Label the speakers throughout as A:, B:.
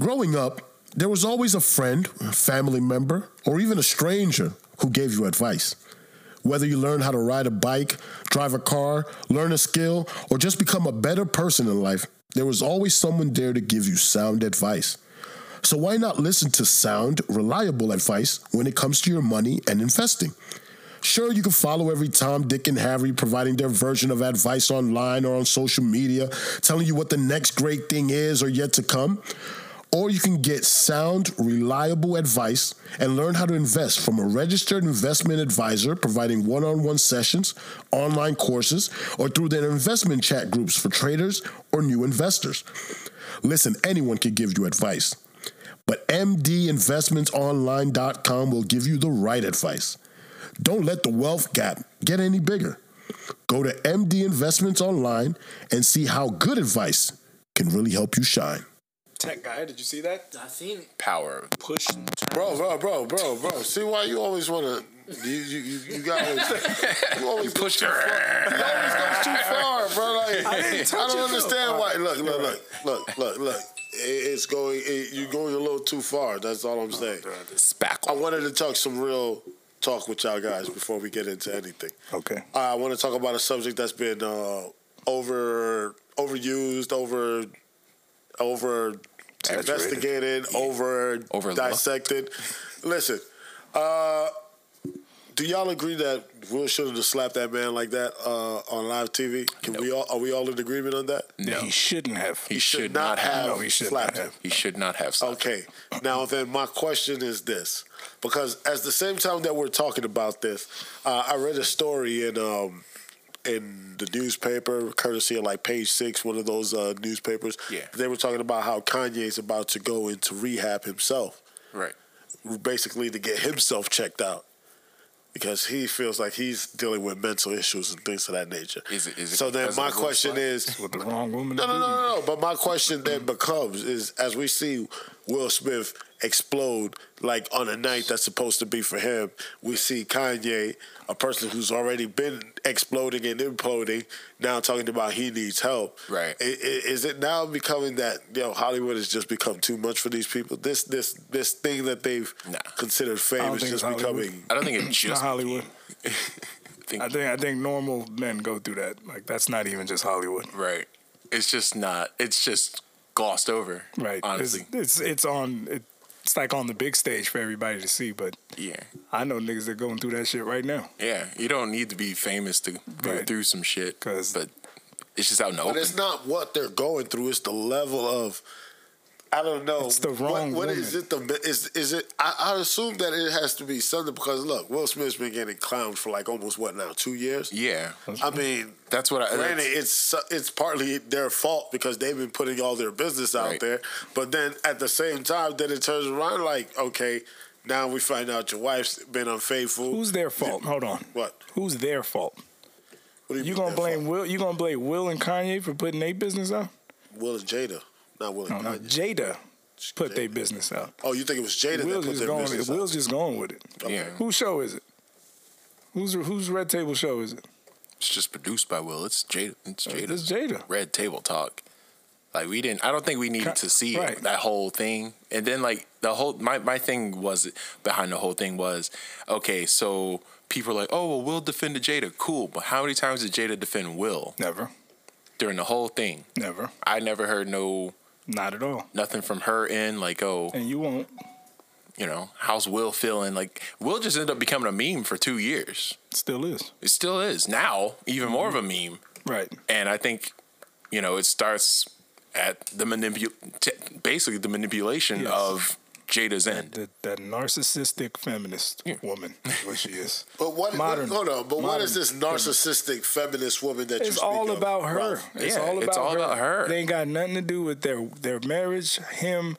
A: Growing up, there was always a friend, family member, or even a stranger who gave you advice. Whether you learn how to ride a bike, drive a car, learn a skill, or just become a better person in life, there was always someone there to give you sound advice. So why not listen to sound, reliable advice when it comes to your money and investing? Sure, you can follow every Tom, Dick, and Harry providing their version of advice online or on social media, telling you what the next great thing is or yet to come. Or you can get sound, reliable advice and learn how to invest from a registered investment advisor providing one on one sessions, online courses, or through their investment chat groups for traders or new investors. Listen, anyone can give you advice, but MDInvestmentsOnline.com will give you the right advice. Don't let the wealth gap get any bigger. Go to MD Investments Online and see how good advice can really help you shine.
B: Tech guy, did you see that?
C: I seen it.
D: Power.
B: Push and turn.
E: Bro, bro, bro, bro, bro. See why you always want to. You you you, you got you always go
D: Push
E: too far. You always goes too far, bro. Like I,
B: didn't touch it,
E: don't
B: though.
E: understand why. Look, look, look, look, look, look. It, it's going. It, you're going a little too far. That's all I'm saying.
B: Oh,
E: I
D: Spackle.
E: wanted to talk some real talk with y'all guys before we get into anything.
B: Okay.
E: I want to talk about a subject that's been uh, over overused, over over
D: Saturated.
E: investigated, over
D: Overlooked.
E: dissected. Listen, uh, do y'all agree that Will should have slapped that man like that uh, on live TV? Can we all are we all in agreement on that?
D: No.
B: He shouldn't have.
D: He should
E: Not
D: not
E: have
D: have.
B: No, he should
E: slapped
B: not have.
E: him.
D: He should not have. slapped him.
E: Okay. Now then, my question is this, because at the same time that we're talking about this, uh, I read a story in um, in the newspaper, courtesy of like Page Six, one of those uh, newspapers.
D: Yeah.
E: They were talking about how Kanye's about to go into rehab himself,
D: Right.
E: basically to get himself checked out. Because he feels like he's dealing with mental issues and things of that nature.
D: Is it- is it
E: so then
D: because
E: my
D: of the
E: question
D: slap?
E: is,
B: With the wrong woman.
E: no, no, no, no, no. But my question then becomes is as we see Will Smith explode like on a night that's supposed to be for him, we see Kanye, a person who's already been exploding and imploding, now talking about he needs help.
D: Right.
E: I- i- Is it now becoming that you know Hollywood has just become too much for these people? This this this thing that they've
D: Nah.
E: considered fame
B: don't
E: is
B: think
E: just
B: it's Hollywood.
E: becoming.
D: I don't think it
B: Not
D: just.
B: Hollywood.
D: think-
B: I think I think normal men go through that. Like that's not even just Hollywood.
D: right. It's just not. It's just glossed over.
B: Right. It's
D: Honestly.
B: it's, it's on it, it's like on the big stage for everybody to see, but
D: yeah.
B: I know niggas that going through that shit right now.
D: Yeah. You don't need to be famous to go
B: Right.
D: through some shit.
B: 'Cause-
D: But it's just out in the
E: But
D: open.
E: it's not what they're going through. It's the level of I don't know.
B: It's the wrong
E: What, what is
B: woman.
E: it? The is is it? I, I assume that it has to be something because look, Will Smith's been getting clowned for like almost what now two years.
D: yeah.
E: I mean,
D: That's what I.
E: granted,
D: that's-
E: it's it's partly their fault because they've been putting all their business out
D: Right.
E: there. But then at the same time, then it turns around like okay, now we find out your wife's been unfaithful.
B: Who's their fault? Hold on.
E: What?
B: Who's their fault?
E: what do
B: You
E: mean
B: gonna
E: their
B: blame
E: fault?
B: Will? You gonna blame Will and Kanye for putting their business out?
E: Will and Jada? Not Will
B: No,
E: and
B: no.
E: Kanye.
B: Jada put their
E: Jada.
B: business out.
E: Oh, you think it was Jada
B: Will's
E: that put
B: just
E: their
B: going.
E: business out?
B: Will's just going with it.
D: Yeah.
B: Whose show is it? Who's whose Red Table show is it?
D: It's just produced by Will. It's Jada. It's Jada.
B: It's Jada.
D: Red Table Talk. Like we didn't. I don't think we needed to see
B: Right.
D: that whole thing. And then like the whole my my thing was behind the whole thing was okay. So people are like, oh well, Will defended Jada. Cool, but how many times did Jada defend Will
B: Never,
D: during the whole thing?
B: never,
D: I never heard no
B: not at all.
D: nothing from her end. Like oh,
B: And you won't.
D: you know, how's Will feeling? Like Will just ended up becoming a meme for two years.
B: Still is.
D: It still is now, even more of a meme.
B: Right.
D: and I think you know it starts at the manipul- t- basically the manipulation
B: Yes.
D: of Jada's end.
B: That that narcissistic feminist woman, is what she is.
E: But what?
B: Modern-
E: hold on. But what
B: modern
E: is this narcissistic feminist woman that you
B: It's
E: speak
B: all
E: of,
B: about her.
E: Ralph?
B: It's
D: Yeah,
B: all about
D: it's all
B: her.
D: about her.
B: They ain't got nothing to do with their their marriage. Him,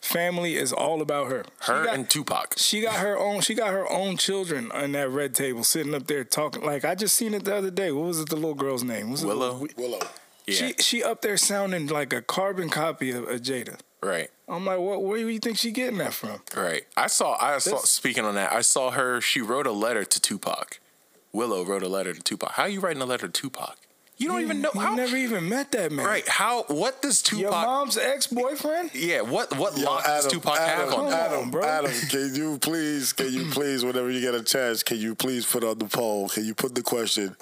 B: family is all about her. She
D: Her
B: got-
D: and Tupac.
B: She got her own. She got her own children on that red table, sitting up there talking. Like I just seen it the other day. What was it? The little girl's name? Was it
D: Willow.
E: Willow.
D: Yeah.
B: She she up there sounding like a carbon copy of, of Jada.
D: right.
B: I'm like, what? Where do you think she getting that from?
D: Right. I saw. I saw.
B: This-
D: Speaking on that, I saw her. She wrote a letter to Tupac. Willow wrote a letter to Tupac. How you writing a letter to Tupac? You don't even know
B: You
D: how.
B: never even met that man.
D: right? How? What does
B: Your
D: Tupac?
B: mom's ex boyfriend?
D: yeah. What? What
E: Yo,
D: lock does Tupac
E: Adam,
D: have on?
B: Come
D: that?
E: Adam,
B: on, bro.
E: Adam, can you please, can you please, whenever you get a chance, can you please put on the poll? Can you put the question?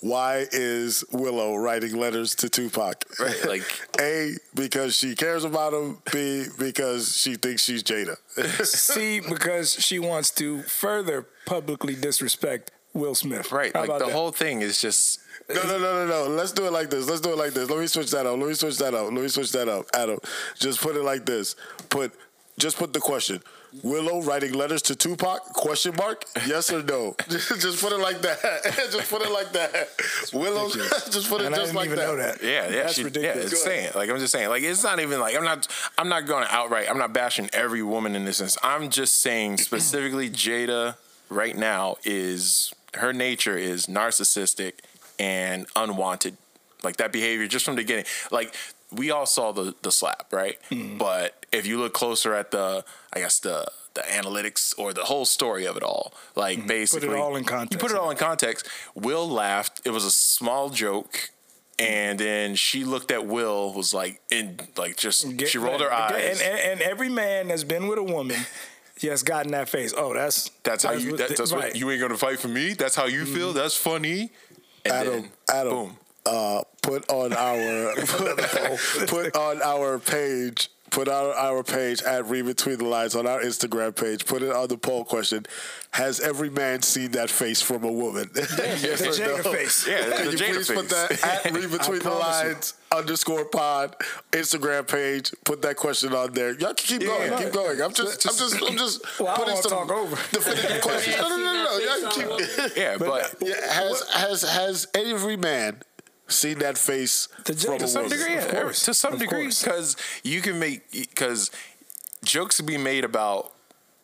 E: Why is Willow writing letters to Tupac?
D: Right, like-
E: A because she cares about him. B because she thinks she's Jada.
B: C because she wants to further publicly disrespect Will Smith.
D: Right.
B: How
D: Like
B: about
D: the
B: that?
D: whole thing is just.
E: No, no, no, no, no. Let's do it like this. Let's do it like this. Let me switch that up. Let me switch that up. Let me switch that up. Adam, just put it like this. Put just put the question. Willow writing letters to Tupac? Question mark? Yes or no? just put it like that. just put it like that. Willow, just put it
B: And I
E: just
B: didn't
E: like
B: even
E: that.
B: know that.
D: Yeah, yeah,
B: That's
D: she-
B: ridiculous.
D: Yeah, it's
E: Go ahead.
D: saying like I'm just saying like it's not even like I'm not I'm not going to outright I'm not bashing every woman in this sense. I'm just saying specifically Jada right now is her nature is narcissistic and unwanted. Like that behavior just from the beginning. Like we all saw the the slap, right?
B: Mm-hmm.
D: But if you look closer at the I guess the the analytics or the whole story of it all, like basically
B: Mm-hmm. all in
D: You
B: context,
D: put it
B: yeah.
D: all in context. Will laughed. It was a small joke. And then she looked at Will, was like, and like just
B: Get-
D: she rolled her
B: and- And,
D: eyes.
B: and, and every man that's been with a woman, he has gotten that face. Oh, that's
D: that's how you. That,
B: right.
D: that's
B: Mm-hmm.
D: what you ain't gonna fight for me. That's how you feel. That's funny. And
E: Adam,
D: then,
E: Adam,
D: boom.
E: Uh, put on our put, put on our page. Put on our page at Read Between the Lines on our Instagram page. Put it on the poll question: Has every man seen that face from a woman? yes
B: the
E: or
B: Jada
E: no?
B: face.
D: Yeah, the
E: Can you
D: Jada
E: please put
D: face.
E: that at Read Between
B: promise
E: the
B: you.
E: Lines underscore pod Instagram page? Put that question on there. Y'all can keep
D: Yeah.
E: going. Keep going. I'm just, I'm just, I'm just
B: Well, I
E: putting
B: wanna
E: some
B: talk over.
E: definitive questions. No, no, no, no. Y'all can keep.
D: Yeah,
B: uh,
D: but,
E: Yeah, has has has every man seen that face
B: To
E: from
B: judge
E: a
D: to some
E: woman?
D: degree,
B: Of
D: yeah,
B: course,
D: to some
B: of
D: degree,
B: course.
D: because you can make because jokes can be made about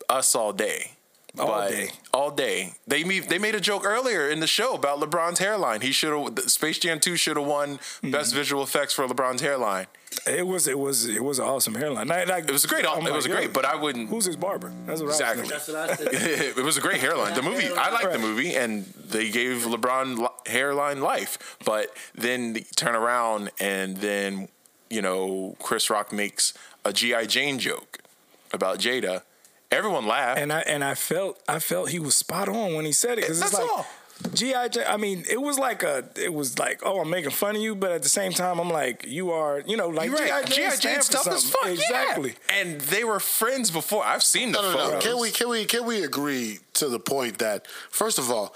D: us all day.
B: All
D: but-
B: day.
D: all day. They made they made a joke earlier in the show about LeBron's hairline. He should have Space Jam Two should have won
B: Mm-hmm.
D: best visual effects for LeBron's hairline.
B: It was it was it was an awesome hairline. Like- like-
D: It was a great.
B: I'm
D: it
B: like,
D: was a
B: yo,
D: great. But I wouldn't.
B: who's his barber? That's what I was
D: Exactly.
B: thinking.
C: That's what I said.
D: it was a great hairline. The movie, I like the movie, and they gave LeBron li- hairline life. But then the- turn around, and then you know Chris Rock makes a GI Jane joke about Jada. Everyone laughed.
B: And I and I felt I felt he was spot on when he said it because it's
D: That's
B: like
D: all.
B: GI Jane. I mean, it was like a it was like oh I'm making fun of you, but at the same time I'm like you are you know like
D: You're right.
B: GI Jane
D: GI Jane
B: stands for
D: stuff is
B: something.
D: fun.
B: exactly.
D: And they were friends before. I've seen the
E: No, no, no.
D: photos.
E: Can we can we can we agree to the point that first of all,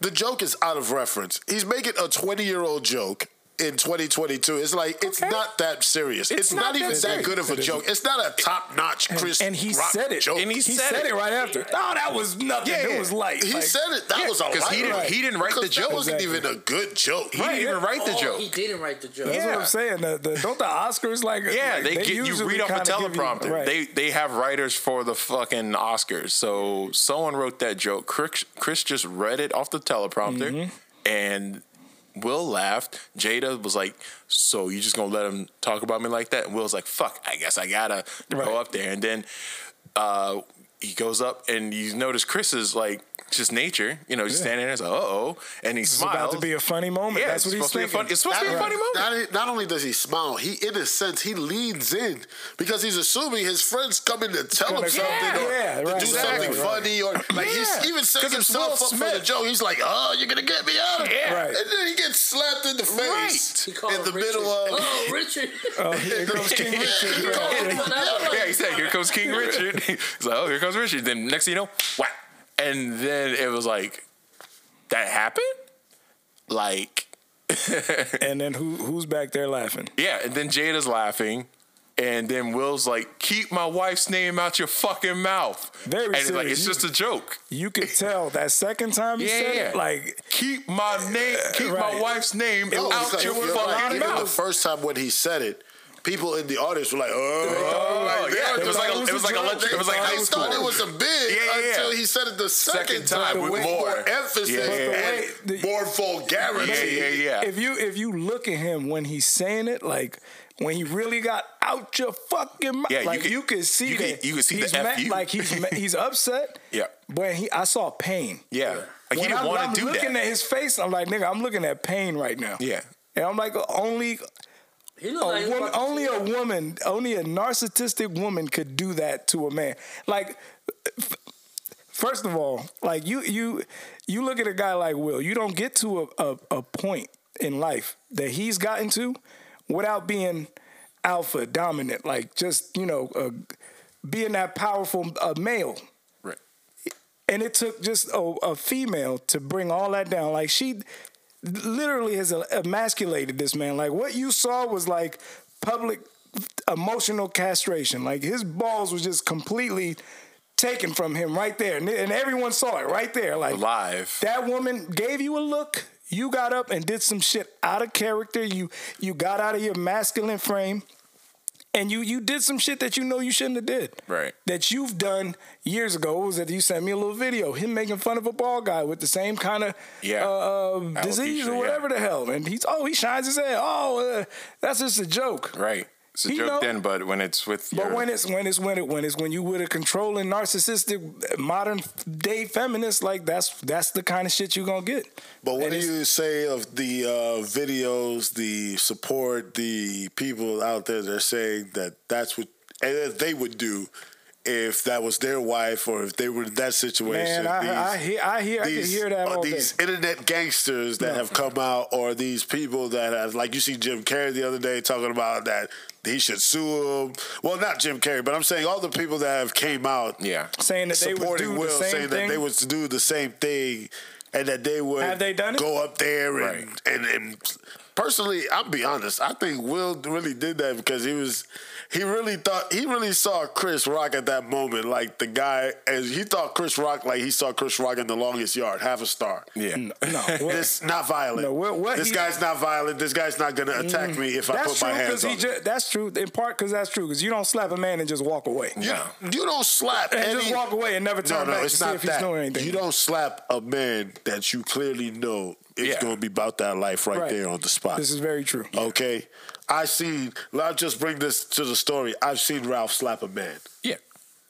E: the joke is out of reference. He's making a twenty year old joke in 2022. It's like it's
B: Okay.
E: not that serious. It's,
D: not
E: not,
D: that
E: even that
D: serious.
E: good of a
B: It
E: joke. It's not a top notch Chris
B: and he
E: Rock
B: said it.
E: joke.
D: And
B: He,
D: he
B: said,
D: said
B: it
D: it.
B: right after. Oh, that was nothing.
D: Yeah,
B: it
D: yeah.
B: was light.
E: he
B: like,
E: said it. That
D: Yeah,
E: was a
D: 'cause he
E: light
D: didn't-
E: one.
D: he didn't write the
E: Because
D: joke.
E: That wasn't
B: Exactly.
E: even a good joke.
D: He didn't even write the
C: Oh,
D: joke.
C: he didn't write the joke.
B: That's
D: Yeah.
B: what I'm saying. The, the, don't the Oscars like?
D: Yeah,
B: like,
D: they, get you
B: usually
D: read off a
B: kinda give you-
D: teleprompter.
B: right.
D: They they have writers for the fucking Oscars. So someone wrote that joke. Chris, Chris just read it off the teleprompter,
B: Mm-hmm.
D: and Will laughed. Jada was like, "So you just gonna let him talk about me like that?" And Will's like, "Fuck, I guess I gotta
B: Right.
D: go up there." And then uh, he goes up, and you notice Chris is like. Just nature, you know, just standing there. It's like, uh oh, and he
B: it's about
D: smiles.
B: to be a funny moment.
D: yeah,
B: That's
D: it's
B: what he's
D: supposed to be a
B: thinking.
D: fun- It's supposed
E: Not,
D: to be a funny moment.
E: not- e, not only does he smile, he in a sense he leans in because he's assuming his friends coming to tell him
B: Gonna-
E: something
D: Yeah,
E: or
B: yeah,
E: to
B: right,
E: do
B: exactly,
E: something
B: right.
E: funny or like
D: Yeah,
E: he's even
D: 'cause
E: setting
D: it's
E: himself
D: Will
E: up for the
D: Smith.
E: joke. He's like, "Oh, you're gonna get me out of here,"
D: Yeah.
B: Right.
E: and then he gets slapped in the face
C: He called
E: in the
C: Richard.
E: middle of.
C: Oh, Richard.
B: Oh, here comes King Richard.
E: He called him-
D: yeah, he said, "Here comes King Richard." He's like, "Oh, here comes Richard." Then next thing you know, whack, and then it was like, "That happened?" Like,
B: And then who who's back there laughing?
D: yeah. And then Jada's laughing, and then Will's like, "Keep my wife's name out your fucking mouth."
B: Very
D: and it's like,
B: serious.
D: "It's just a joke."
B: You could tell that second time he
D: Yeah,
B: said
D: yeah.
B: it. Like
D: Keep my name, keep
B: Right.
D: my wife's name
E: No,
D: out
E: because
D: your
E: you're right.
D: fucking
E: Even the
D: mouth.
E: first time when he said it, people in the audience were like, "Oh,
D: Oh,
E: like,
D: yeah, It was like a- it was like a lunch- it was like high
C: They thought it
D: school.
C: was a bid
D: Yeah, yeah, yeah.
C: until he said it the second, time, with more, emphasis
D: Yeah, yeah,
C: and
B: yeah. But the way-
C: more vulgarity.
D: Yeah, yeah, yeah.
B: If you if you look at him when he's saying it, like when he really got out your fucking mouth,
D: Yeah, you
B: like
D: could-
B: you could see
D: you could-
B: that
D: you could see the
B: he's
D: F
B: mad,
D: you.
B: like he's ma- he's upset.
D: Yeah.
B: but he I saw pain.
D: yeah. Like he
B: When
D: didn't
B: I'm,
D: want
B: I'm
D: to do
B: looking
D: that.
B: at his face. I'm like, nigga, I'm looking at pain right now.
D: Yeah.
B: and I'm like, only
F: He looked
B: a
F: like he was
B: woman,
F: about to
B: only
F: cheat.
B: a woman, only a narcissistic woman could do that to a man. Like, f- first of all, like you, you, you look at a guy like Will. You don't get to a, a, a point in life that he's gotten to without being alpha dominant. Like, just you know, uh, being that powerful uh, male.
D: Right.
B: And it took just a, a female to bring all that down. Like she literally has emasculated this man. Like what you saw was like public emotional castration. Like his balls was just completely taken from him right there, and, and everyone saw it right there. Like
D: Live.
B: that woman gave you a look. You got up and did some shit out of character. You you got out of your masculine frame and you you did some shit that you know you shouldn't have did.
D: Right.
B: That you've done years ago. What was it? You sent me a little video him making fun of a bald guy with the same kind of
D: Yeah.
B: uh, uh, disease
D: Alopecia,
B: or
D: yeah.
B: whatever the hell. And he's oh he shines his head. Oh, uh, that's just a joke.
D: Right. It's a
B: He
D: joke
B: know-
D: then, but when it's with your
B: But when it's when it's when it when it's when you with a controlling narcissistic modern day feminist like that's that's the kind of shit you gonna get.
E: But what
B: And
E: do
B: it's-
E: you say of the uh, videos, the support, the people out there that are saying that that's what and that they would do if that was their wife or if they were in that situation?
B: Man, I, I hear I hear I can hear that
E: uh,
B: all day.
E: these internet gangsters that have come out, or these people that have, like, you see Jim Carrey the other day talking about that he should sue him. Well, not Jim Carrey, but I'm saying all the people that have came out,
D: Yeah.
B: Saying that they would
E: supporting
B: do
E: Will,
B: the same
E: saying
B: thing.
E: that they would do the same thing, and that they would
B: Have they done it?
E: go up there and,
D: Right.
E: and and personally, I'll be honest, I think Will really did that because he was he really thought he really saw Chris Rock at that moment like the guy and he thought Chris Rock like he saw Chris Rock in the longest yard, half a star.
D: yeah.
B: no, what-
E: This not violent.
B: No, what- what
E: this
B: he- Mm.
E: guy's not violent. This guy's not gonna attack me if I
B: That's
E: put
B: true
E: my hands
B: because
E: on.
B: he
E: him.
B: just that's true in part because that's true because you don't slap a man and just walk away
E: You-
D: No.
E: you, don't slap
B: and
E: any-
B: just walk away and never
E: No,
B: turn
E: no,
B: back to
E: it's
B: see
E: not
B: if he's
E: that.
B: doing anything.
E: You don't slap a man that you clearly know is
D: Yeah.
E: going to be about that life right,
B: Right.
E: there on the spot.
B: This is very true.
E: okay. I've seen. I'll just bring this to the story. I've seen Ralph slap a man.
D: Yeah.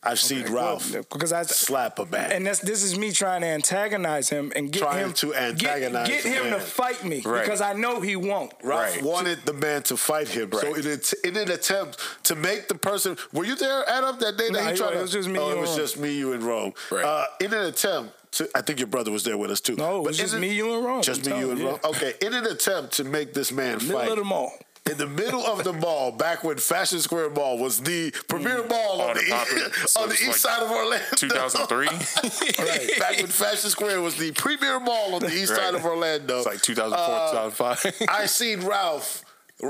E: I've seen Ralph
B: because I
E: slap a man.
B: and that's this is me trying to antagonize him and get
E: Trying
B: him
E: to
B: get-
E: antagonize
B: get, him
E: man.
B: to fight me
D: Right.
B: because I know he won't.
E: Ralph
D: Right.
E: wanted the man to fight him. So
D: Right.
E: in, an- in an attempt to make the person, were you there, Adam, that day
B: Nah,
E: that
B: it
E: he tried
B: wa-
E: to?
B: it was just me
E: Oh,
B: and
E: it was
B: Rome.
E: just me, you, and Rome.
D: Right.
E: Uh, in an attempt to, I think your brother was there with us too.
B: No, it was
E: in
B: just
E: an-
B: me, you, and Rome.
E: Just
B: I'm
E: me, you,
B: telling
E: and
B: you,
E: Rome. Okay, in an attempt to make this man
B: Middle
E: fight
B: of the mall.
E: in the middle of the mall, back when Fashion Square Mall was the premier mall
D: Oh,
E: on the,
D: the popular-
E: east,
D: so
E: on the
D: it's
E: east
D: like
E: side of Orlando.
D: 2003.
E: Back when Fashion Square was the premier mall on the east
D: Right.
E: side of Orlando.
D: It's like 2004,
E: Uh,
D: 2005.
E: I seen Ralph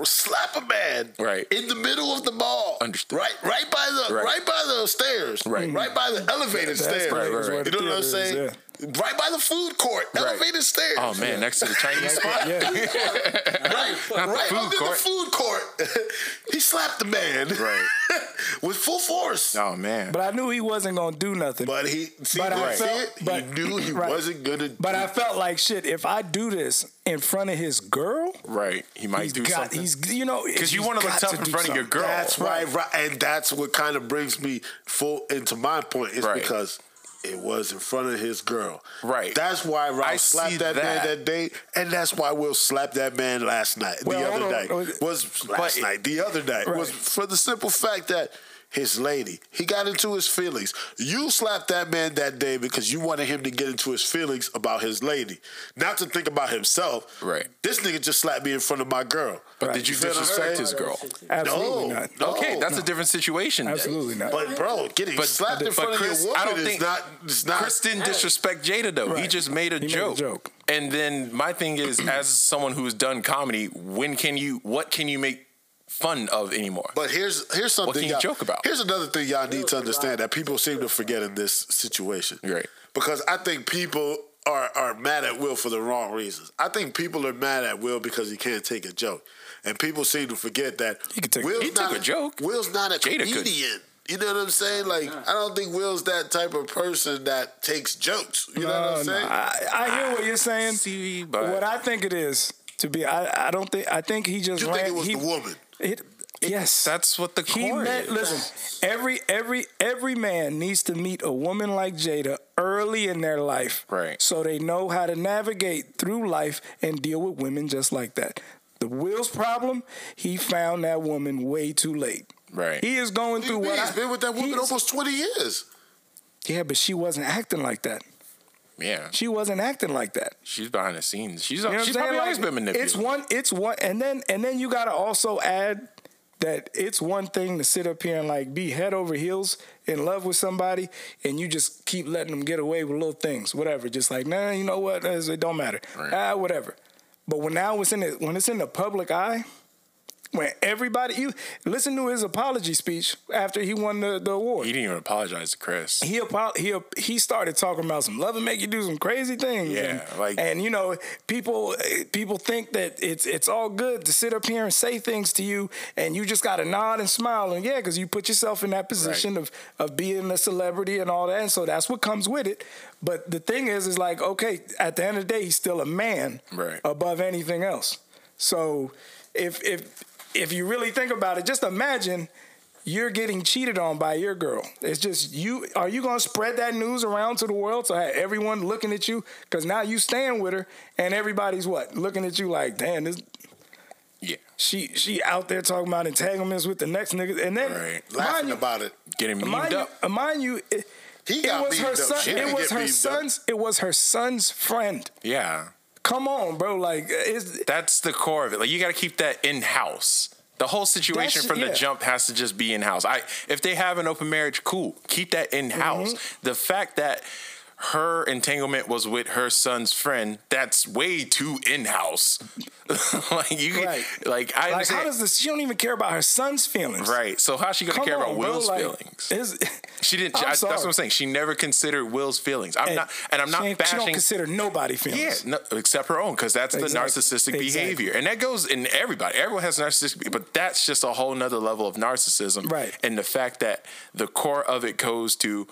E: slap a man
D: Right.
E: in the middle of the mall.
D: Understood.
E: Right right by the
D: Right.
E: right, by the stairs.
D: Right.
E: Right by the elevated stairs.
D: right, right, right.
E: You know what I'm
B: Theater is,
E: saying? Right by the food court, elevated stairs.
D: oh man, next to the Chinese spot.
B: Yeah.
E: Right, right
D: food
E: under
D: court.
E: the food court. he slapped the man.
D: Right.
E: with full force.
D: Oh man.
B: But I knew he wasn't gonna do nothing.
E: But he see,
B: But I
E: right.
B: felt-
E: see it?
B: but-
E: he knew he
B: right.
E: wasn't gonna
B: But
E: do
B: I felt like shit. If I do this in front of his girl,
D: right. He might
B: he's
D: do
B: got
D: something.
B: he's you know
D: Because you
B: he's
D: want to
B: got
D: look tough in
B: do
D: front of your
B: something.
D: girl.
E: That's why, right. and that's what kind of brings me full into my point is
D: Right.
E: because it was in front of his girl.
D: Right.
E: That's why Ralph
D: I see
E: slapped that,
D: that.
E: man that day, and that's why Will slapped that man last night.
B: Well,
E: the
B: hold
E: other
B: on.
E: night was last
D: But-
E: night. The other night was
B: Right.
E: for the simple fact that. His lady. He got into his feelings. You slapped that man that day because you wanted him to get into his feelings about his lady, not to think about himself.
D: Right.
E: This nigga just slapped me in front of my girl.
D: But did you
E: feel what I'm
D: disrespect
E: saying?
D: his girl?
B: Absolutely
E: No,
B: not.
E: no.
D: Okay, that's a different situation. then.
B: Absolutely not.
E: But bro, getting
D: But-
E: slapped in
D: but
E: front
D: Chris,
E: of your
D: I
E: woman
D: don't
E: is
D: think-
E: not. It's not.
D: Chris didn't disrespect Jada though. He
B: Right.
D: just made a,
B: He made a
D: joke.
B: joke.
D: And then my thing is, as someone who's done comedy, when can you? What can you make fun of anymore?
E: but here's here's something.
D: can you
E: y'all-
D: joke about?
E: Here's another thing y'all need to understand that people seem to forget in this situation.
D: Right.
E: Because I think people are are mad at Will for the wrong reasons. I think people are mad at Will because he can't take a joke, and people seem to forget that
B: He could take-
E: Will's
D: he took
E: not
D: a joke.
E: Will's not a
D: Jada could.
E: comedian. You know what I'm saying? Like, I don't think Will's that type of person that takes jokes. You know what I'm saying?
B: I, I hear what you're saying.
D: See, but-
B: what I think it is to be, I, I don't think I think he just
E: you
B: ran.
E: think it was
B: he-
E: the woman?
B: it- yes,
D: That's what the
B: he
D: core
B: met.
D: is.
B: Listen, every every every man needs to meet a woman like Jada early in their life,
D: Right.
B: So they know how to navigate through life and deal with women just like that. The Will's problem, he found that woman way too late.
D: Right.
B: He is going through what
E: He's
B: I-
E: been with that woman
B: he's-
E: almost 20 years.
B: Yeah, but she wasn't acting like that.
D: Yeah,
B: She wasn't acting like that.
D: she's behind the scenes. She's
B: You know what
D: she's
B: I'm saying?
D: probably always
B: Like,
D: been manipulated.
B: It's one. It's one. And then and then you gotta also add that it's one thing to sit up here and like be head over heels in love with somebody, and you just keep letting them get away with little things, whatever. Just like nah, you know what? It don't matter.
D: Right.
B: Ah, whatever. But when now it's in the, when it's in the public eye. When everybody, you listen to his apology speech after he won the, the award.
D: He didn't even apologize to Chris.
B: he apo- he he started talking about some love and make you do some crazy things.
D: Yeah,
B: and,
D: like-
B: and you know people eh, people think that it's it's all good to sit up here and say things to you, and you just got to nod and smile, and yeah, because you put yourself in that position of of being a celebrity and all that, and so that's what comes with it. But the thing is, is like okay, at the end of the day, he's still a man,
D: Right.
B: Above anything else. So if if if you really think about it, just imagine you're getting cheated on by your girl. It's just you. Are you gonna spread that news around to the world so that everyone looking at you? Because now you staying with her, and everybody's what looking at you like, damn, this
D: Yeah,
B: she she out there talking about entanglements with the next nigga, and then
D: Right.
E: Laughing
B: mind you,
E: about it.
D: getting memed
B: mind
D: up.
B: you, mind you, it,
E: He
B: it
E: got
B: was
E: beamed
B: her
E: up. She
B: son.
E: didn't
B: It was
E: get
B: her
E: beamed up.
B: son's. It was her son's friend.
D: Yeah,
B: Come on, bro. Like it's
D: that's the core of it. Like you got to keep that in house. The whole situation
B: That's-
D: from
B: yeah.
D: the jump has to just be in house. I if they have an open marriage, cool. Keep that in house.
B: Mm-hmm.
D: The fact that her entanglement was with her son's friend, that's way too in house. like you,
B: Right.
D: like
B: like how
D: I understand.
B: does this? She don't even care about her son's feelings.
D: right. So how's she gonna
B: Come
D: care
B: on,
D: about
B: bro,
D: Will's
B: like,
D: feelings?
B: it's-
D: She didn't.
B: I'm
D: I, that's
B: sorry.
D: what I'm saying. She never considered Will's feelings. I'm not, and I'm
B: she
D: not
B: ain't- She don't
D: bashing.
B: consider nobody feelings.
D: Yeah, no, except her own, because that's the
B: Exactly.
D: narcissistic
B: Exactly.
D: behavior, and that goes in everybody. Everyone has narcissistic, but that's just a whole nother level of narcissism,
B: Right.
D: And the fact that the core of it goes to,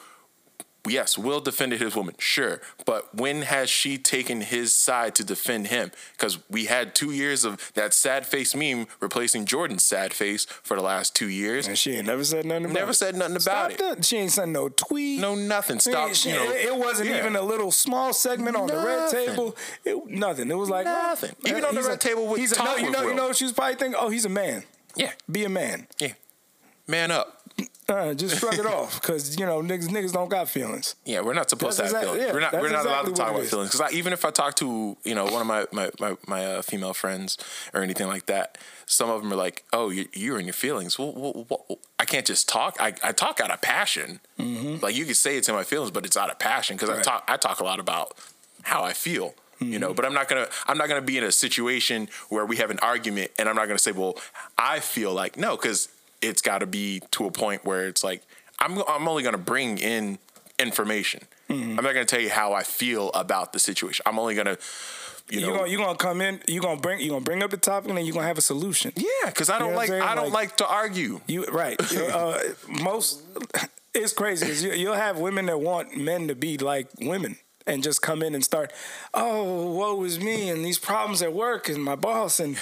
D: yes, Will defended his woman, sure, but when has she taken his side to defend him? Because we had two years of that sad face meme replacing Jordan's sad face for the last two years.
B: And she ain't never said nothing about
D: Never
B: it.
D: said nothing about
B: Stop
D: it.
B: That. She ain't sent no tweet.
D: No nothing.
B: She
D: Stop.
B: ain't- she
D: you
B: ain't-
D: know,
B: it wasn't
D: yeah.
B: even a little small segment on the red
D: Nothing.
B: table. It, nothing. It was like
D: Nothing.
B: well,
D: Even on the
B: he's
D: red table with
B: he's a,
D: Tom
B: no, you
D: with
B: know, you
D: Will.
B: know, she was probably thinking, oh, he's a man.
D: Yeah.
B: Be a man.
D: Yeah. Man up.
B: Uh, just shrug it off, cause you know niggas, niggas don't got feelings.
D: Yeah, we're not supposed
B: That's
D: to have
B: exact-
D: feelings.
B: yeah,
D: we're not.
B: that's
D: We're not allowed to
B: exactly what
D: talk
B: it
D: about
B: is.
D: feelings because even if I talk to you know one of my my my, my uh, female friends or anything like that, some of them are like, "Oh, you, you're in your feelings." Well, well, well, I can't just talk. I, I talk out of passion. Like you could say it's in my feelings, but it's out of passion because I
B: Right. Mm-hmm.
D: talk I talk a lot about how I feel. You know, but I'm not gonna I'm not gonna be in a situation where we have an argument and I'm not gonna say, well, I feel like no, because it's got to be to a point where it's like I'm I'm only gonna bring in information.
B: Mm-hmm.
D: I'm not gonna tell you how I feel about the situation. I'm only gonna, you know,
B: You are gonna you gonna come in. You gonna bring you gonna bring up the topic, and then you are gonna have a solution.
D: yeah, because I
B: know
D: don't
B: what
D: like
B: I'm saying?
D: I don't
B: Like-
D: like, to argue.
B: You right. You- uh, most it's crazy 'cause you, you'll have women that want men to be like women and just come in and start, oh, woe is me and these problems at work and my boss and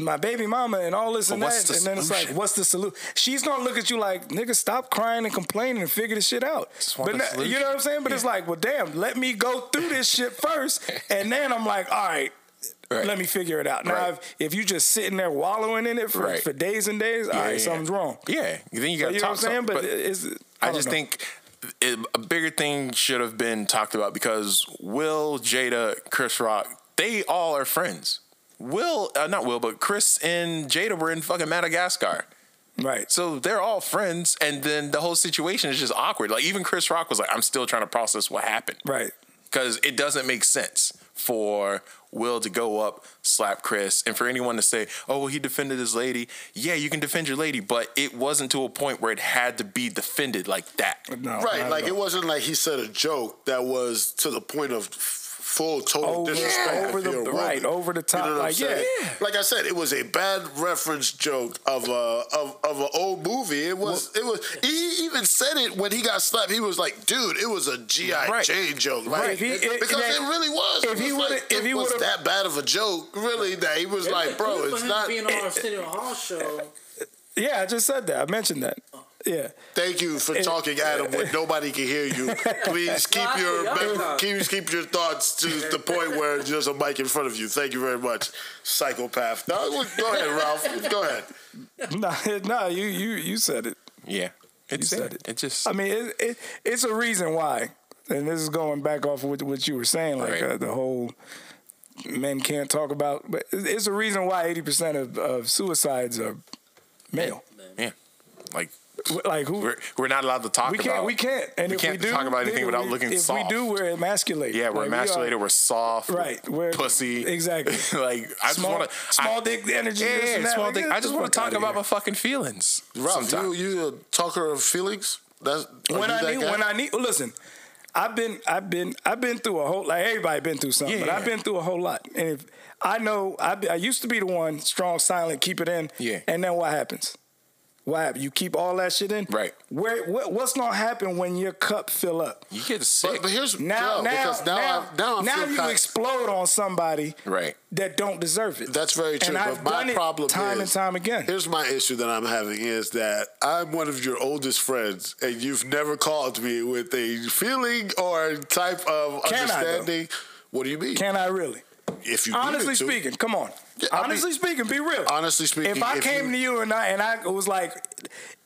B: my baby mama and all this and
D: But what's
B: that.
D: the
B: and then it's like,
D: solution?
B: what's the solution? She's gonna look at you like, nigga, stop crying and complaining and figure this shit out.
D: Just
B: But
D: want the
B: no- you
D: solution.
B: know what I'm saying? But it's like, well, damn, let me go through this shit first, and then I'm like, all right.
D: Right.
B: Let me figure it out. Now,
D: Right.
B: if, if you just sitting there wallowing in it for,
D: Right.
B: for days and days, all right,
D: yeah.
B: something's wrong.
D: Yeah, then you gotta
B: You know
D: talk.
B: what I'm saying?
D: some-
B: But, it's,
D: I,
B: don't
D: just
B: know.
D: think it, a bigger thing should have been talked about because Will, Jada, Chris Rock, they all are friends. Will, uh, not Will, but Chris and Jada were in fucking Madagascar.
B: right.
D: So they're all friends, and then the whole situation is just awkward. Like even Chris Rock was like, "I'm still trying to process what happened,"
B: Right.
D: Because it doesn't make sense for Will to go up, slap Chris, and for anyone to say, "Oh, well, he defended his lady." Yeah, you can defend your lady, but it wasn't to a point where it had to be defended like that.
B: No,
E: Right,
B: not
E: like
B: at
E: it
B: all.
E: wasn't like he said a joke that was to the point of f- full total
B: Over-
E: disrespect
B: over
E: of
B: the-
E: your woman.
B: right, over the top,
E: You know what
B: like,
E: I'm saying?
B: yeah.
E: Like I said, it was a bad reference joke of a of, of an old movie. It was it was. He even said it when he got slapped. He was like, "Dude, it was a GI
D: Right.
E: Jane joke." Like,
B: Right. He- it-
E: because
B: that-
E: it really was.
B: if
E: If
B: he
E: he was
B: would've-
E: like,
B: if
E: it
B: he
E: was
B: would've-
E: that bad of a joke, really. That he was like, "Bro, it's not."
F: being on Arsenio Hall show.
B: Yeah, I just said that. I mentioned that. Yeah.
E: Thank you for
B: Eh,
E: talking, Adam. When nobody can hear you, please keep
F: I
E: your
F: forgot about
E: keep, keep your thoughts to the point where there's a mic in front of you. Thank you very much, psychopath. No, go ahead, Ralph. Go ahead.
B: No, no, you you you said it.
D: Yeah. It's
B: You
D: it.
B: said
D: It.
B: it.
D: just
B: I mean, it, it it's a reason why, and this is going back off of what, what you were saying, like
D: Right.
B: uh, the whole men can't talk about. But it- it's a reason why eighty percent of, of suicides are male.
D: yeah. Like
B: Like who
D: we're we're not allowed to talk
B: we
D: about
B: can't we can't and
D: we
B: if
D: can't
B: we do
D: talk about anything
B: nigga,
D: without
B: we-
D: looking
B: if
D: soft.
B: we do, we're emasculated.
D: yeah, we're
B: Like, we are-
D: emasculated, we're soft.
B: Right, we're
D: pussy.
B: exactly.
D: like I
B: Small-
D: just want to
B: small dick energy,
D: Yeah,
B: this
D: yeah,
B: and that.
D: small
B: Like,
D: dick.
B: get
D: I just
B: the
D: want
B: fuck
D: to talk
B: outta
D: about
B: here.
D: my fucking feelings.
E: Ralph,
D: sometimes.
E: you you a talker of feelings? That's are
B: when
E: you
B: I
E: that
B: need
E: guy?
B: when I need listen. I've been I've been I've been through a whole like everybody been through something,
D: Yeah,
B: but I've
D: yeah.
B: been through a whole lot. And if I know I, be- I used to be the one strong, silent, keep it in.
D: Yeah.
B: And then what happens? What happens? You keep all that shit in.
D: Right.
B: Where what, what's gonna happen when your cup fill up?
D: you get sick.
E: But, but here's
B: Now
E: no,
B: now
E: because
B: now,
E: now I, now I
B: now
E: feel
B: you
E: kind-
B: explode on somebody
D: right.
B: that don't deserve it.
E: That's very true.
B: And
E: but
B: I've
E: my
B: done it
E: problem
B: time
E: is,
B: and time again.
E: Here's my issue that I'm having is that I'm one of your oldest friends, and you've never called me with a feeling or type of
B: Can I, though?
E: understanding. what do you mean?
B: Can I really?
E: if you
B: Honestly
E: needed to.
B: speaking, come on.
E: Yeah, I mean-
B: honestly speaking, be real.
E: honestly speaking,
B: if I came
E: you,
B: to you and I and I was like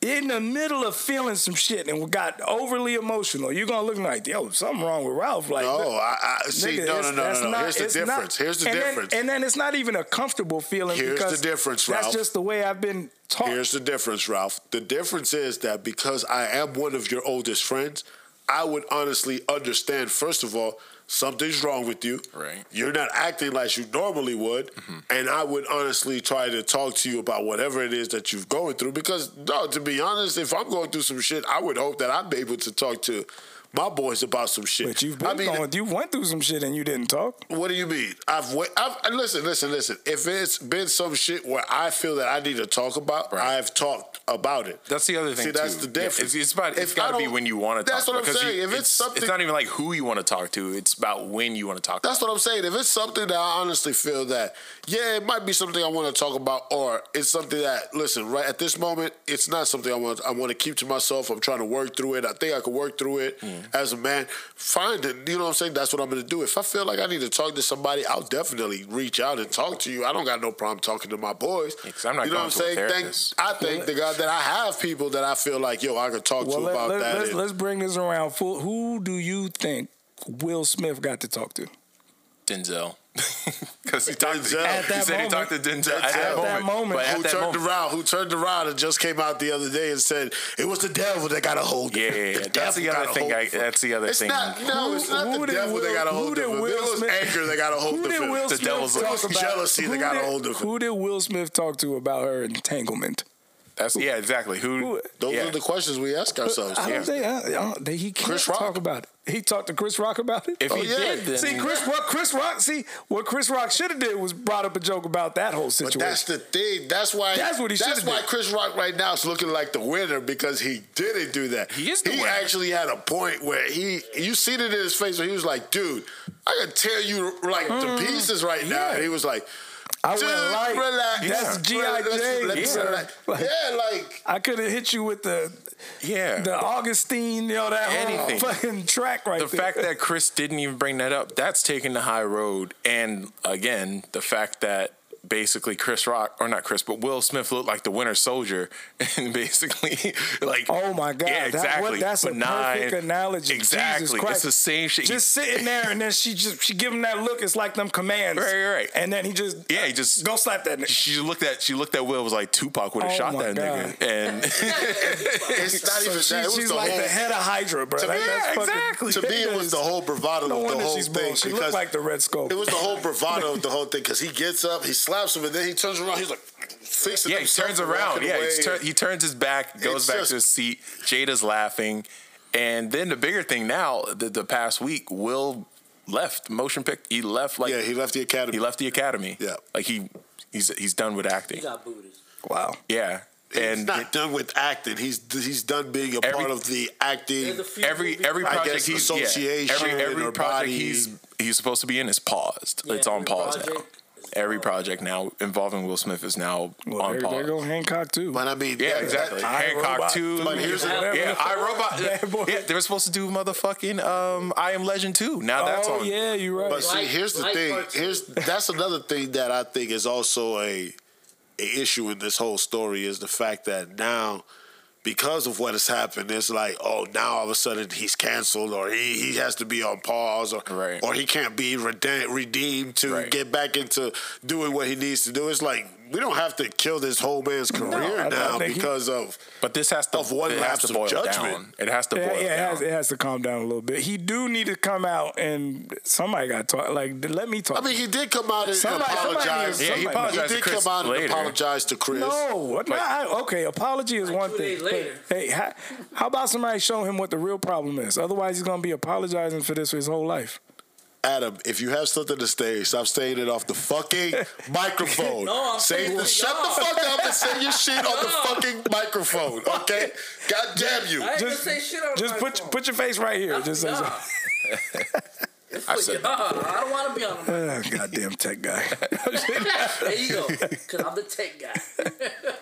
B: in the middle of feeling some shit and got overly emotional, you're gonna look like, yo, something wrong with Ralph. Like,
E: no, I, I see.
B: nigga,
E: no, no,
B: it's-
E: no,
B: that's
E: no, no.
B: not-
E: here's the
B: it's not-
E: difference. here's the
B: and then-
E: difference.
B: and then it's not even a comfortable feeling.
E: Here's the
B: because
E: difference,
B: That's
E: Ralph.
B: just the way I've been taught.
E: Here's the difference, Ralph. The difference is that because I am one of your oldest friends, I would honestly understand, first of all, something's wrong with you.
D: Right.
E: You're not acting like you normally would.
B: Mm-hmm.
E: And I would honestly try to talk to you about whatever it is that you're going through. Because, no, to be honest, if I'm going through some shit, I would hope that I'm able to talk to my boys about some shit.
B: but you've been
E: I mean,
B: going, you went through some shit and you didn't talk.
E: what do you mean? I've, wa- I've and listen, listen, listen. If it's been some shit where I feel that I need to talk about,
D: Right.
E: I've talked about it.
D: That's the other thing.
E: See, that's
D: too.
E: the
D: Yeah,
E: difference.
D: it's, it's about it's
E: If
D: got
E: I
D: to be
E: don't-
D: when you want to talk.
E: That's what I'm
D: because you-
E: saying. If it's
D: it's
E: something-
D: not even like who you want to talk to. It's about when you want to talk.
E: That's what I'm saying. If it's something that I honestly feel that, yeah, it might be something I want to talk about, or it's something that, listen, right at this moment, it's not something I want. I want to keep to myself. I'm trying to work through it. I think I can work through it
D: Mm.
E: as a man. Find it. You know what I'm saying? That's what I'm going to do. If I feel like I need to talk to somebody, I'll definitely reach out and talk to you. I don't got no problem talking to my boys.
D: 'cause I'm not
E: you know
D: going
E: what I'm
D: to
E: saying?
D: a
E: Thank,
D: therapist.
E: I thank the God that I have people that I feel like, yo, I could talk
B: Well,
E: to
B: let,
E: about
B: let,
E: that.
B: let's,
E: and-
B: let's bring this around. Full, who do you think Will Smith got to talk to?
D: to. Denzel. Because he talked
E: Denzel.
D: to
E: At
D: he
B: that
D: said he
B: moment.
D: talked to Denzel at
E: At
D: that moment.
B: that moment.
D: But
E: who
D: at that
E: turned
D: moment,
E: around, who turned around and just came out the other day and said it was the devil that got a hold.
D: Yeah,
E: of him.
D: yeah, yeah.
E: The
D: That's the
E: devil
D: other
E: got a
D: thing.
E: hold
D: I,
E: of him."
D: that's the other
E: It's
D: thing.
E: not no, it's not
B: Who
E: the
B: did
E: devil
B: Will-
E: that got a
B: who
E: hold
B: did
E: of him.
B: Will
E: it was
B: Smith-
E: anger that got a hold
B: Who
E: of
B: did
E: him.
B: Will
D: The
B: Smith
D: devil's
B: talk
D: like-
B: about?
E: Jealousy
B: who
E: that got a
B: did-
E: hold of him.
B: Who did Will Smith talk to about her entanglement?
D: That's yeah, exactly. Who?
B: Who-
E: Those
D: yeah.
E: are the questions we ask ourselves.
B: I
E: Yeah.
B: don't think I, I don't, think he can't
E: Chris Rock. Oh,
B: talk about it. He talked to Chris Rock about it.
D: If he
E: yeah.
D: did, then
B: see, Chris, what Chris Rock, see what Chris Rock should have did was brought up a joke about that whole
E: But
B: situation.
E: that's the thing. That's why.
B: That's what he
E: That's
B: should've
E: why
B: did.
E: Chris Rock right now is looking like the winner because he didn't do that.
D: He is the
E: He
D: winner.
E: actually had a point where he. You seen it in his face where he was like, "Dude, I can tear you like
B: Mm-hmm.
E: to pieces right now," and he was like.
B: I
E: Dude,
B: went like
E: relax.
B: that's G.I.
E: Relax,
B: Jane.
E: relax,
B: Yeah.
E: relax.
B: Like-
E: yeah, like
B: I could have hit you with the
D: yeah.
B: the Augustine, you know that
D: Anything.
B: whole fucking track right
D: the
B: there.
D: fact that Chris didn't even bring that up, that's taking the high road. And again, the fact that basically Chris Rock, or not Chris, but Will Smith looked like the Winter Soldier, and basically like,
B: Oh my God!
D: yeah,
B: That- what-
D: exactly.
B: that's a
D: Benign.
B: perfect analogy. Jesus
D: Exactly,
B: Christ.
D: it's the same shit.
B: Just sitting there, and then she just she give him that look. It's like them commands.
D: Right, right, right.
B: And then he just
D: yeah, he just
B: go slap that nigga.
D: She looked at she looked at Will was like Tupac would have
B: Oh
D: shot
B: my
D: that
B: God.
D: nigga, and
E: it's not even
B: She-
E: that. It was
B: she's
E: the
B: like
E: whole.
B: the head of Hydra, bro. That-
E: me,
B: that's fucking-
D: exactly.
E: to me, it was the whole bravado
B: No
E: of the
B: wonder
E: whole
B: she's
E: thing.
B: bald. She
E: because
B: looked like the Red Skull.
E: It was the whole bravado of the whole thing because he gets up, he slaps him, and then he turns around. He's like fixing.
D: yeah, he
E: himself
D: turns
E: and
D: around.
E: walking
D: Yeah,
E: away.
D: he, tur- he turns his back, goes
E: It's
D: back
E: just-
D: to his seat. Jada's laughing, and then the bigger thing now, the, the past week, Will left motion pic. He left like
E: yeah, he left the academy.
D: he left the academy.
E: Yeah.
D: like he he's he's done with acting.
F: He got booted.
B: Wow.
D: Yeah,
E: He's
D: and
E: not done with acting. He's he's done being a
D: Every-
E: part of the acting.
F: There's a few
D: every
F: movies-
D: every
E: I
D: project
E: guess
D: he's yeah,
E: association
D: every every
E: or
D: project
E: body-
D: he's he's supposed to be in is paused.
F: Yeah,
D: it's on
F: every
D: pause now.
F: project is
D: Every
F: paused.
D: project now involving Will Smith is now
B: Well,
D: on
B: there, there go
D: pause.
B: Hancock too.
E: But I mean,
D: Yeah,
E: that-
D: exactly.
E: that-
D: Hancock
B: iRobot
D: two.
E: But here's the-
D: yeah,
B: Bad
D: I
B: Boy.
D: Robot. Yeah, they were supposed to do motherfucking um, I Am Legend two. Now that's
B: oh
D: on.
B: yeah, you're right.
E: But see,
F: Like-
E: here's the
F: like
E: thing.
F: cartoons.
E: Here's that's another thing that I think is also a, a issue in this whole story is the fact that now, because of what has happened, it's like oh now all of a sudden he's canceled or he, he has to be on pause or
D: Right.
E: or he can't be redeemed, redeemed to
D: Right.
E: get back into doing what he needs to do. It's like we don't have to kill this whole man's career
B: I- I
E: now
B: think he-
E: because of
D: But this has to
E: Of one
D: it has
E: lapse
D: to
E: of
D: boil down.
E: judgment.
D: It has to boil
B: yeah, yeah, it
D: down.
B: has, it has to calm down a little bit. He do need to come out and somebody got to talk. Like, let me talk.
E: I mean, he did come out and
B: Somebody- somebody
E: apologize.
B: needs- Yeah, he
D: apologized to
E: did
D: Chris
E: come out
D: later.
E: and apologize to Chris.
B: No, what
D: Like-
B: not? Okay, apology is
F: Like
B: one
F: two
B: thing.
F: days
B: but,
F: later.
B: hey, how, how about somebody show him what the real problem is? Otherwise, he's gonna be apologizing for this for his whole life.
E: Adam, if you have something to say, stop saying it off the fucking microphone.
F: No, I'm
E: say
F: saying it to
E: shut the
F: y'all.
E: fuck up and say your shit on the fucking microphone, okay? God damn you.
F: I ain't
B: Just-
F: gonna say shit on
B: Just
F: my
B: put
F: phone.
B: put your face right here. Just say,
F: Nah.
B: oh,
F: It's for y'all. I don't want to be on them.
B: goddamn Ah, tech guy.
F: There you go. Because I'm the tech guy.